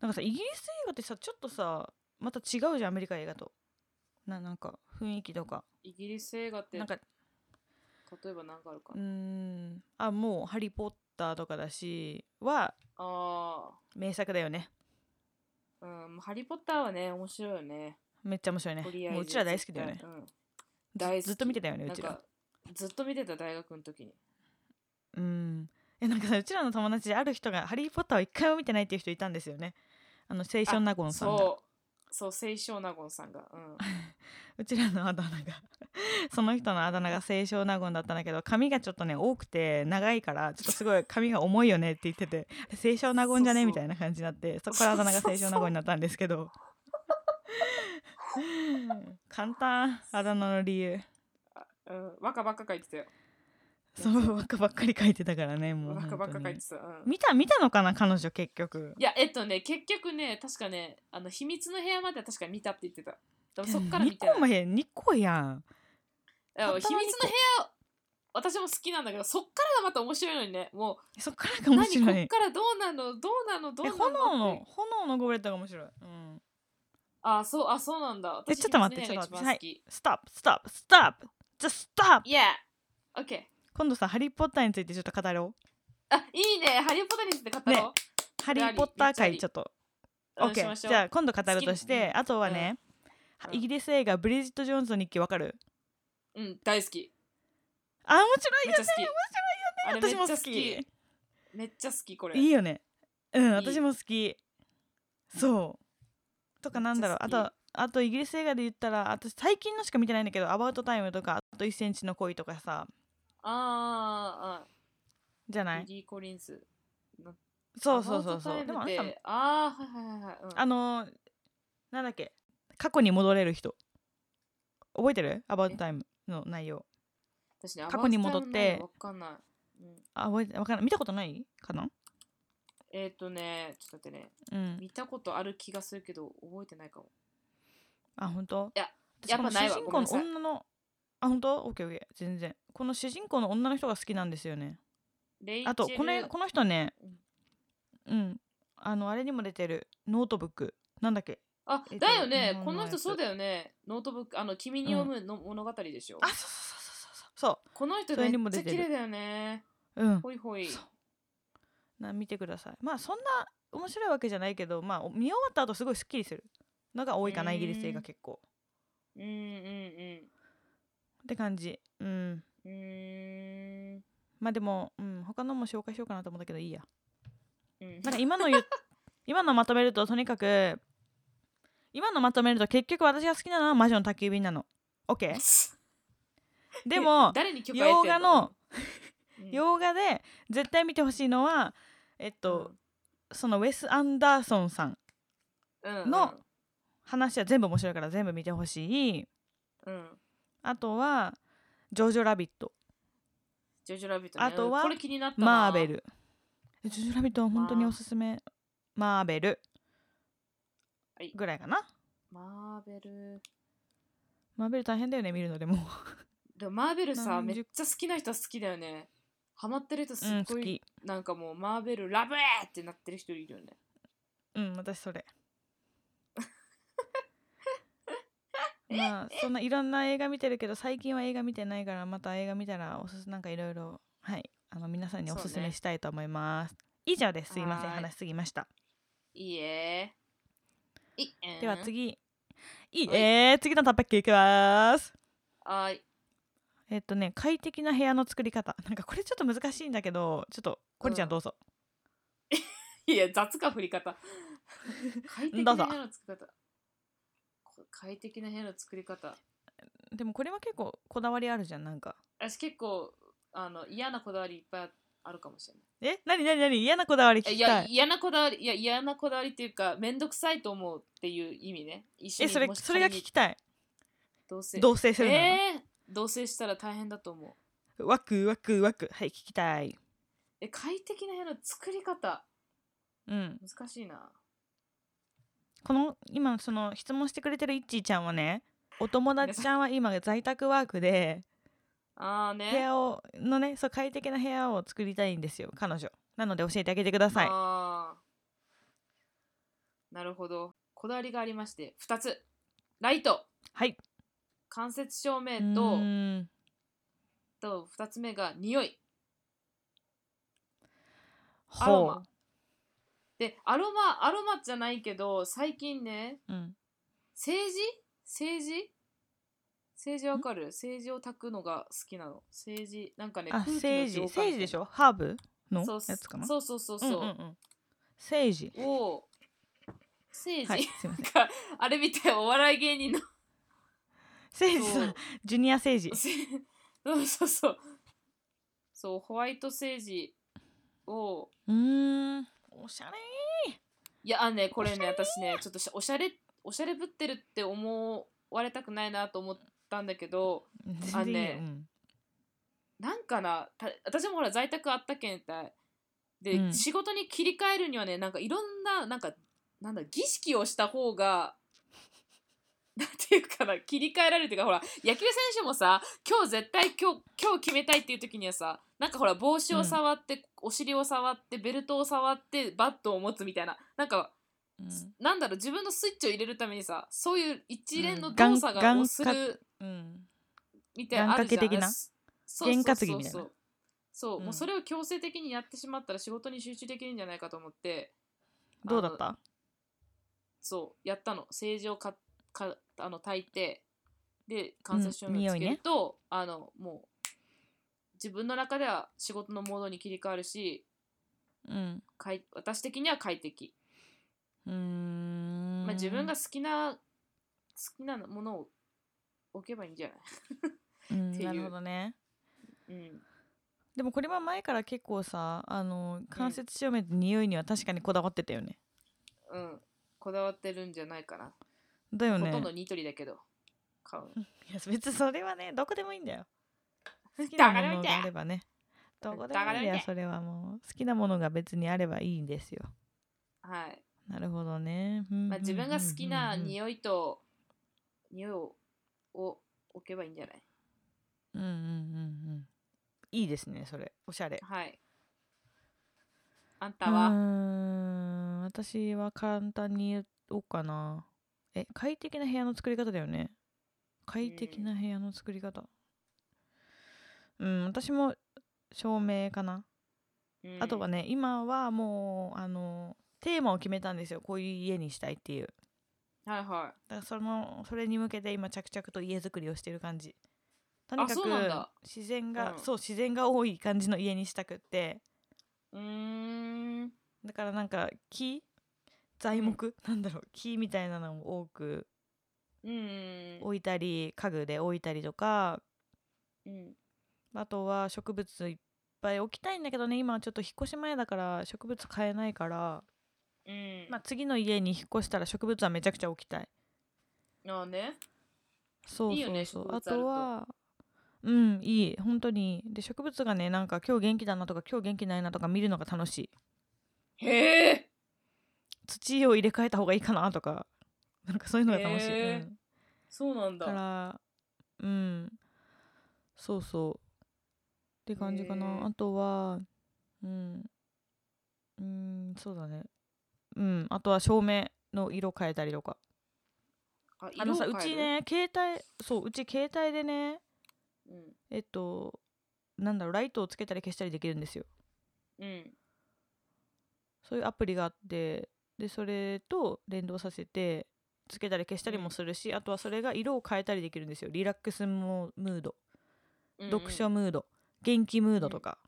B: なんかさイギリス映画ってさちょっとさまた違うじゃんアメリカ映画とななんか雰囲気とか
A: イギリス映画って、
B: なんか
A: 例えば何かあるか
B: う
A: な。
B: んあもう「ハリー・ポッター」とかだしは
A: あ
B: 名作だよね
A: あ。うん。ハリー・ポッターはね、面白いよね。
B: めっちゃ面白いね
A: とりあえず。
B: もううちら大好きだよね
A: うん。
B: ず
A: 大好き
B: ずっと見てたよねう
A: なん
B: ちら
A: か、ずっと見てた大学の時に。
B: うんえなんかさうちらの友達である人が「ハリー・ポッター」を一回も見てないっていう人いたんですよねあの青春納言さんが
A: そう。そう、清少納言さんが。うん。
B: うちらのあだ名が その人のあだ名が清少納言だったんだけど髪がちょっとね多くて長いからちょっとすごい髪が重いよねって言っててあれ清少納言じゃ
A: そうそ
B: ね
A: う
B: みたいな感じになってそこからあだ名が清少納言になったんですけど 簡単あだ名の理由
A: うん。バカバカ書いてたよ。
B: そう若ばっかり書いてたからねもう
A: バカバカ書
B: 本当
A: い
B: に
A: てた。うん。
B: 見た見たのかな彼女結局
A: いや、えっとね、結局ね、確かね、あの秘密の部屋までは確か見たって言ってた。でもそっから見
B: 2
A: てない
B: 個もへん2個やん
A: いや秘
B: たった
A: 密
B: の
A: の
B: 二個
A: 部屋、私も好きなんだけど、そっからがまた面白いのにね、も
B: そっから
A: う、
B: が面白
A: 何、こっ
B: い
A: からどうなの、どうなの、どう
B: え
A: なの
B: 炎
A: って
B: の炎のゴブレットが面白い、うん、
A: あ、そう、あ、そうなんだ。
B: え
A: 私
B: ちょっと待って
A: 秘密の部屋が一番好き。
B: stop stop stop just stop
A: いや、OK。
B: 今度さハリー・ポッターについてちょっと語ろ
A: あ、いいね、ハリー・ポッターについて語ろう。
B: ねうハリー・ポッター
A: め
B: 会
A: っち
B: ち
A: ゃ
B: ょっと
A: うんし
B: OK
A: ましょう
B: じゃあ今度語るとし
A: 好き
B: てあとはね、
A: うん
B: イギリス映画「ブリジット・ジョーンズの日記」わかる
A: うん、大好き。
B: あ面白い
A: めっ
B: よ
A: ちゃ好き。あれめっ
B: 私
A: ち
B: も
A: ゃ
B: 好
A: 好
B: き
A: き。めっちゃ好き、これ。
B: いいよねうん
A: いい
B: 私も好きそうとかなんだろう
A: め
B: あ
A: っちゃ好き
B: とあとイギリス映画で言ったら私最近のしか見てないんだけど「アバウトタイム」とか「あと1センチの恋」とかさ
A: あー
B: じゃ
A: あー
B: な
A: あー
B: い
A: リリー・コリンズ
B: そうそうそうそう
A: で
B: で
A: も
B: も
A: あ
B: あなたも
A: あーはいはいはいはい、うん、
B: あのーなんだっけ過去に戻れる人覚えてる「アバウトタイム」の内容
A: 私ね
B: 過去に戻って
A: わかんない、うん、
B: あ覚えてわかんない見たことないかな
A: えっ、ー、とねちょっと待ってね
B: うん
A: 見たことある気がするけど覚えてないかも
B: あ本当
A: いや
B: 私
A: やっぱないわ
B: この主人
A: ご
B: 公の
A: めん
B: 女のあ本当オッケーオッケー全然この主人公の女の人が好きなんですよね
A: レイチェル
B: あとこのこの人ね
A: うん、
B: うん、あのあれにも出てるノートブックなんだっけ？
A: あ
B: えっと
A: だよ
B: 日
A: ね
B: 本
A: こ
B: の
A: の
B: や
A: 人
B: つ
A: そうだよねノートブックあの君に読むの物語でしょ、
B: あ、そうそうそうそうそう
A: この人
B: それに
A: め
B: も
A: っち
B: 出
A: ゃ
B: てる
A: 綺麗だよね
B: そう。うん。
A: ほいほい
B: そうな見てください。まあそんな面白いわけじゃないけど、まあお見終わった後すごいスッキリするのが多いかな
A: うーん
B: イギリス映画結構
A: うんうん
B: って感じ。うん。
A: うんうーん
B: まあでも、うん、他のも紹介しようかなと思ったけどいいや。
A: うん
B: なんか今の言う 今のまとめるととにかく今のまとめると結局私が好きなのは魔女の宅急便なの。オッケ ー。でも
A: 誰に許可
B: 洋
A: 得て
B: 画
A: んの
B: の洋画で絶対見てほしいのはえっと、そのウェス・アンダーソンさんの話は全部面白いから全部見てほしい
A: うんうんうん
B: あとは「ジョジョ・ラビット
A: ジョジョラビットね
B: あとは
A: これ気になっ」たな
B: マーベル「ジョジョ・ラビット」は本当におすすめマーベル
A: はい
B: ぐらいかな
A: マーベル
B: マーベル大変だよね見るの でも
A: でもマーベルさ
B: 何
A: め
B: 十
A: っちゃ好きな人は好きだよねハマってる人す
B: う
A: っ
B: ん
A: ご
B: 好
A: い、
B: き
A: なんかもうマーベルラブーってなってる人いるよね
B: うん私 それまあそんないろんな映画見てるけど最近は映画見てないからまた映画見たらおすすなんかいろいろはいあの皆さんにおすす
A: そうね
B: めしたいと思います、以上ですすいません
A: はーい
B: 話しすぎました
A: いいえいいえ
B: では次いい
A: はい
B: えー、次のタッパッキーいきます
A: はーい
B: えっとね快適な部屋の作り方 なんかこれちょっと難しいんだけどちょっとコリちゃ
A: うん
B: んどうぞ、
A: いや雑か振り方快適
B: ど
A: な
B: う
A: 部
B: ぞ
A: 屋の作り方こ快適な部屋の作り方
B: でもこれは結構こだわりあるじゃんなんか
A: 私結構あの嫌なこだわりいっぱいあるかもしれない
B: えなになになに嫌なこだわり聞
A: えい
B: きた
A: や
B: い
A: 嫌なこだわりいや嫌なこだわりっていうか面倒くさいと思うっていう意味ね一緒
B: え
A: に
B: それ
A: もし
B: それが
A: 仮
B: 聞
A: に
B: きたい
A: 同棲
B: 同棲するなら
A: えー、同棲したら大変だと思う
B: ワクワクワクはい聞きたい
A: え快適な部屋の作り方
B: うん
A: 難しいな
B: この今その質問してくれてるいっちーちゃんはねお友達ちゃんは今在宅ワークで
A: ああ
B: 部
A: ね
B: 屋をのねそう快適な部屋を作りたいんですよ彼女なので教えてあげてください
A: あーなるほどこだわりがありまして2つライト
B: はい
A: 間接照
B: え
A: 明とと2つ目が匂いアロマ
B: ほ
A: でアロマアロマじゃないけど最近ね
B: う、うん、
A: 政治政治政治わかる政治を炊くのが好きなの政治なんかね
B: あ
A: 空気の
B: セージ
A: 浄化
B: セー
A: み
B: ジで
A: たい
B: し
A: な
B: ょハーブの
A: そう
B: やつかな
A: そうそうそうそう、
B: んうんうん、セージ
A: を政治、
B: はいすいません
A: なんかあれみたいお笑い芸人の
B: セージさん ジュニアセージ
A: せ そうそうそうそうホワイトセージを
B: うーんおしゃれ
A: いやあのねこれ
B: おしゃ
A: ね私ねちょっとしおしゃれおしゃれぶってるって思われたくないなと思ったんだけど
B: 全然いいよ
A: あのなんかなた私もほら在宅あったけんたいで、
B: うん
A: 仕事に切り替えるにはねなんかいろんななんかなんだ儀式をした方が なんていうかな切り替えられるっていうかほら野球選手もさ今日絶対今日今日決めたいっていう時にはさなんかほら帽子を触って、お尻を触ってベルトを触ってバットを持つみたいななんか、
B: うん
A: なんだろう自分のスイッチを入れるためにさそういう一連の
B: うん願
A: 動作が
B: 願
A: をする、
B: 掛うんうん
A: みたいなあるじゃん
B: 願掛け的な
A: そうそうそうそう
B: 験担ぎみたいな
A: そう、
B: うん
A: もうそれを強制的にやってしまったら仕事に集中できるんじゃないかと思って
B: どうだった
A: そうやったの政治をかかあの炊いてで観察照
B: うん
A: 明を
B: 匂
A: つ
B: い
A: け
B: ね
A: ると、あのもう自分の中では仕事のモードに切り替わるし
B: うん
A: かい私的には快適、
B: うーん
A: まあ、自分が好きなきなものを置けばいいんじゃない
B: う
A: っ
B: ん
A: ていう
B: なるほどね
A: うん。
B: でもこれは前から結構さあの
A: うん
B: 関節照明って匂いには確かにこだわってたよね、
A: うん。こだわってるんじゃないかな。
B: だよね
A: ほとんどニトリだけど。 買う。
B: いや別にそれはねどこでもいいんだよ好き
A: だ
B: な
A: から見
B: もの
A: て
B: があればねどこでも
A: だから
B: いいん
A: 見
B: だよ
A: て
B: それはもう好きなものが別にあればいいんですよ
A: はい。
B: なるほどね、うん
A: まあ、自分が好きな
B: うん
A: 匂いと、匂いをを置けばいいんじゃない
B: うんうんうんうんいいですねそれおしゃれ
A: はい。あん
B: う
A: た
B: ー
A: は、
B: ん私は簡単に言おうかなえ快適な部屋の作り方だよね快適な部屋の作り方うん私も照明かな
A: うん
B: あとはね今はもうあのテーマを決めたんですよこういう家にしたいっていう
A: はいは
B: だからそのそれに向けて今着々と家づくりをしてる感じとにか
A: そうなんだ
B: く自然が、
A: うん
B: そう自然が多い感じの家にしたくって
A: い。うーん。
B: だからなんか木材木、なんだろう木みたいなのも多く
A: うん。
B: 置いたり家具で置いたりとか
A: うん。
B: あとは植物いっぱい置きたいんだけどね今はちょっと引っ越し前だから植物買えないから、
A: うん。
B: まあ、次の家に引っ越したら植物はめちゃくちゃ置きたい
A: ああね。
B: そう
A: いいよ
B: そう
A: ね
B: そう
A: 植物あ
B: あ
A: ると
B: とはうんいい本当にで植物がねなんか今日元気だなとか今日元気ないなとか見るのが楽しい
A: へえ
B: 土を入れ替えた方がいいかなとか なんかそういうのが楽しい、
A: へー
B: うん
A: そうなん
B: か
A: だ。
B: らうんそうそうって感じかな、
A: へー
B: あとはうんうんそうだねうんあとは照明の色変えたりとか
A: あ
B: あのさ
A: 色
B: う
A: を変
B: ち
A: える
B: ね携帯そううち携帯でね
A: うん。
B: えっとなんだろうライトをつけたり消したりできるんですよ
A: うん。
B: そういうアプリがあってでそれと連動させてつけたり消したりもするし、あとはそれが色を変えたりできるんですよリラックスモムード
A: うん
B: 読書。ムード元気ムードとか、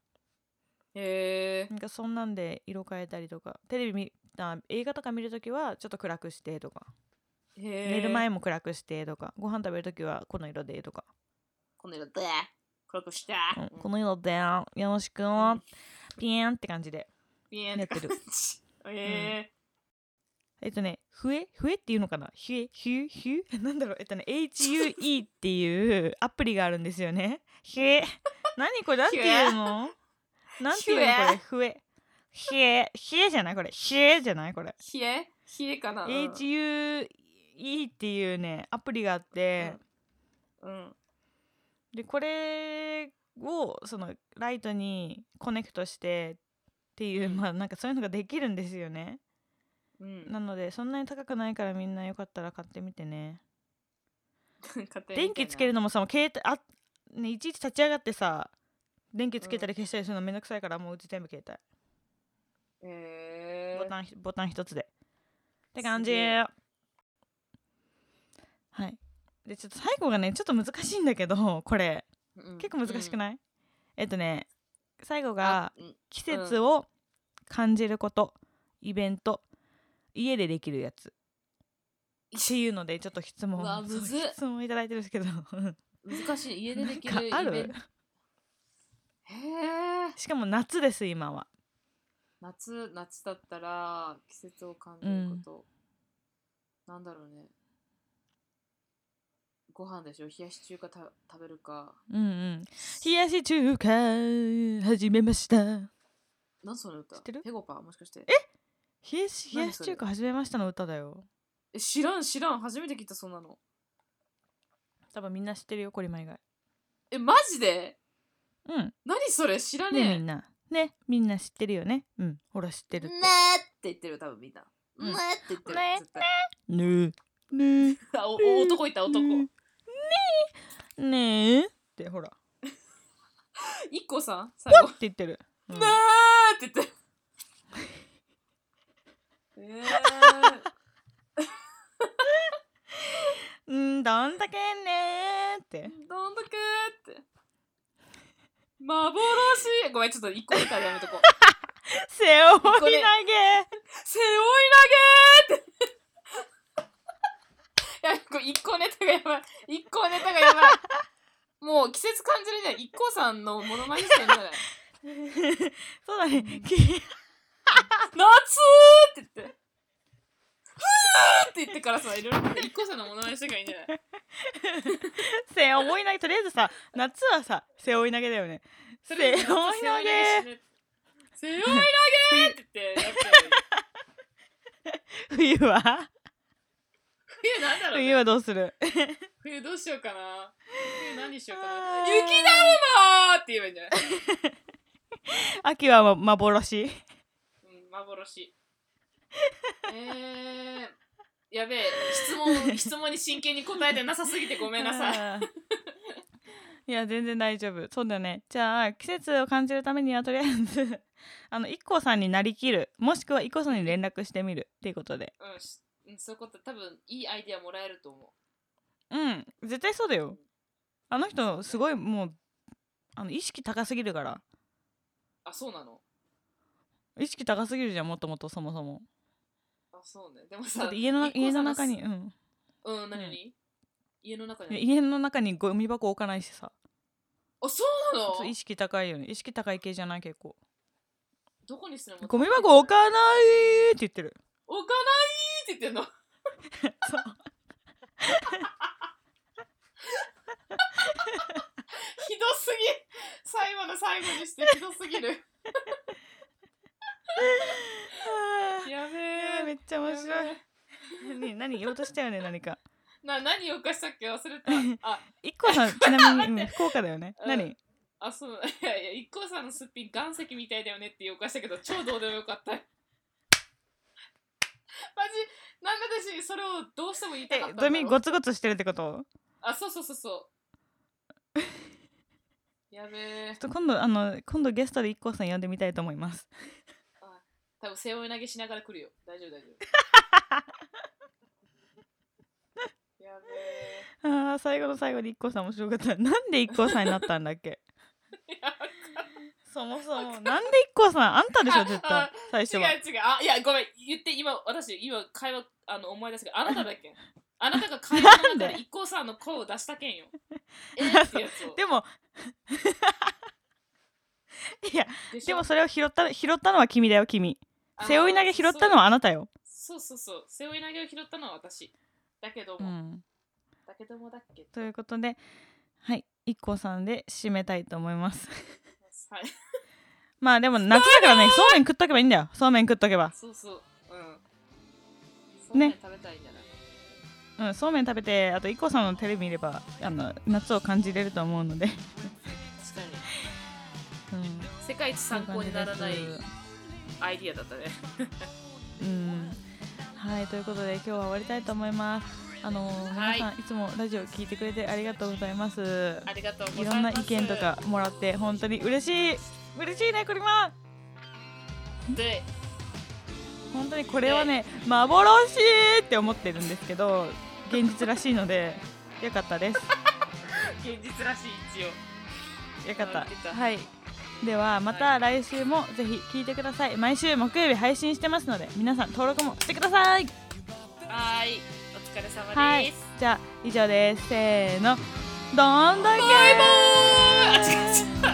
A: へえ
B: なんかそんなんで色変えたりとかテレビ見あ映画とか見るときはちょっと暗くしてとか、
A: へえ
B: 寝る前も暗くしてとかご飯食べるときはこの色でとか、
A: この色で、黒くした。
B: うん
A: うん
B: この色でよろしく、
A: うん
B: ピーンって感じで
A: ビエン
B: やって る。
A: え
B: えっとね、ふえ、ふえっていうのかなひえ、ひゅ、ひゅなんだろうえっ とね、HUE っていうアプリがあるんですよね。ひ え。何これなんていうのなんていうのこれふえ。ひえ、ひえじゃないこれ。ひえじゃないこれ。
A: ー、冷え冷えかな、うん
B: HUE っていうね、アプリがあって、
A: うん。
B: で、これをそのライトにコネクトしてっていう、
A: うん
B: まあなんかそういうのができるんですよね。
A: うん。
B: なので、そんなに高くないからみんなよかったら買ってみてね。
A: 勝手に
B: 電気つける
A: み
B: のもさもう携帯あ、ね、いちいち立ち上がってさ電気つけたり消したりするのめんどくさいから、もううち全部携
A: たいな。へえ
B: 帯ボタンひボタン一つでって感じ
A: すげえ
B: はいでちょっと最後がねちょっと難しいんだけどこれ
A: ー
B: 結構難しく
A: い
B: ない、えっとね最後が
A: うん
B: 季節を感じること、イベント家でできるやつっていうのでちょっと質問
A: うわむずっ
B: 質問いただいてるんですけど
A: 難しい。家ででき
B: な
A: る
B: ん
A: イ
B: かある
A: ベント。へえ。
B: しかも夏です今は
A: 夏、夏だったら、季節を感じること。なんだろうね。ご飯でしょ冷やし中華た食べるか。
B: うんうん。冷やし中華始めました。冷
A: 何その歌
B: 知ってる
A: ペゴパもしかして。
B: やし冷やし中華始めましたの歌だよ。
A: え知らん知らん。初めて聞いたそんなの。
B: 多分みんな知ってるよ、これま以外。
A: え、マジで
B: うん。
A: 何それ知らねえ。
B: ねみんな。ね、みんな知ってるよね。うん。ほら知ってるって
A: ね。ーって言ってる多分みんな。
B: う
A: ねー
B: ん
A: って言ってる。
B: ね
A: 絶対
B: ねえ。ね
A: あおお男いた
B: え。
A: 男。
B: ねえ。ねえ。ってほら。っ
A: 一個さん最後。
B: て言ってる。うん
A: ねーって言ってる。え
B: うん、どんだけねえって。
A: ー、どんどくーって。幻ごめんちょっと一個目からやめとこう。
B: 背負い
A: こ
B: 投
A: れ
B: げ。
A: 背負い投げーって。やめこれ一個ネタがやばい一個ネタがやばいもう季節感じるね一個さんのモノマネしてるんじゃない
B: そうだね、き
A: 夏ーって言ってふーって言ってからさいろいろ一個さんのモノマネしてからいいんじゃない
B: 背負い投げとりあえずさ夏はさ背負い投げだよね背負い投げ
A: 背負い投げって言ってやっぱり
B: 冬は
A: 冬なんだろう、 ね、
B: 冬はどうする
A: 冬どうしようかな冬何しようか
B: あ
A: な
B: ー
A: 雪だるまーって言えばいいんじゃない、
B: 秋はま幻
A: うん、幻えー、やべえ質 問質問に真剣に答えてなさすぎてごめんなさい
B: あーいや全然大丈夫そうだねじゃあ季節を感じるためにはとりあえず あの IKKO さんになりきるもしくは IKKO さんに連絡してみるっていうことで
A: うんしうんそういうこと多分いいアイディアもらえると思
B: うん絶対そうだよあの人すごいもうあの意識高すぎるから
A: うあそうなの
B: 意識高すぎるじゃんもともとそもそも
A: あそうねでも
B: だっ
A: さ
B: て家の
A: i k
B: 家の中にうん
A: うん何に、家の中に
B: 家の中にゴミ箱置かないしさ
A: あそうな
B: そう
A: の
B: 意識高いよね意識高い系じゃない結構
A: どこにするの
B: ゴミ箱置かないって 言ってる
A: 置かないって言ってんの
B: そう
A: ひどすぎ最後の最後にしてひどすぎ るやべ
B: あーめ
A: え
B: っちゃ面白い
A: やべえ
B: ね何言おうとしたよね何か
A: な何をかしたっけ忘れたあ
B: IKKO さんちなみに、うん福岡だよね、
A: うん
B: 何
A: あそういやいや一 k さんのすっぴん岩石みたいだよねって言おうかしたけど超どうでもよかったマジなんで私それをどうしても言いた
B: え
A: かったんだ
B: ドミ
A: ろ
B: ゴ
A: う
B: ツゴツしてるってこと
A: あそうそうそうそうやべえ
B: ちょっと今度あの今度ゲストで IKKO さん呼んでみたいと思います
A: 多分背負い投げしながら来るよ大丈夫大 丈夫やべえ
B: あー最後の最後に IKKO さん面白かったなんで IKKO さんになったんだっけ
A: いや
B: そもそもなんで IKKO さんあんたでしょ 絶
A: あ
B: 対最
A: 違
B: 初
A: う違
B: は
A: うあいやごめん言って今私今会話あの思い出すけどあなただっ けあなたが会話の中
B: なん
A: で
B: で
A: 一 k さんの声を出したけん よえーってやつを
B: でも いや
A: でしょ
B: でもそれを拾った拾ったのは君だよ君
A: あの
B: 背負い投げ拾ったのはあなたよ
A: そうそうそうそう背負い投げを拾ったのは私だけど
B: う
A: も、
B: ん
A: だけどもだっけ
B: ということではい IKKO さんで締めたいと思います
A: はい
B: まあでも夏だからねそうめん食っとけばいいんだよそうめん食っとけば
A: そうそううん
B: ね
A: そうめん食べたいんじゃない
B: うんそうめん食べてあと IKKO さんのテレビ見ればあの夏を感じれると思うので、
A: 確かに
B: うん、
A: 世界一参考にならない
B: そうう感じです
A: アイディアだったね
B: うんはいということで今日は終わりたいと思いますあのー
A: はい
B: 皆さんいつもラジオ聞いてくれてありがとうございます
A: ありがとうござい
B: い
A: ます
B: ろんな意見とかもらって本当に嬉しい嬉しいねクリマ
A: で
B: 本当にこれはね幻って思ってるんですけど現実らしいので よかったです
A: 現実らしい一応
B: よかっ
A: あ言って
B: た
A: た
B: はいではまた来週もぜひ聞いてください毎週木曜日配信してますので皆さん登録もしてください
A: はーいお疲れ様です、
B: はいじゃあ以上ですせーのどんだけ
A: バイバーイあ違う違う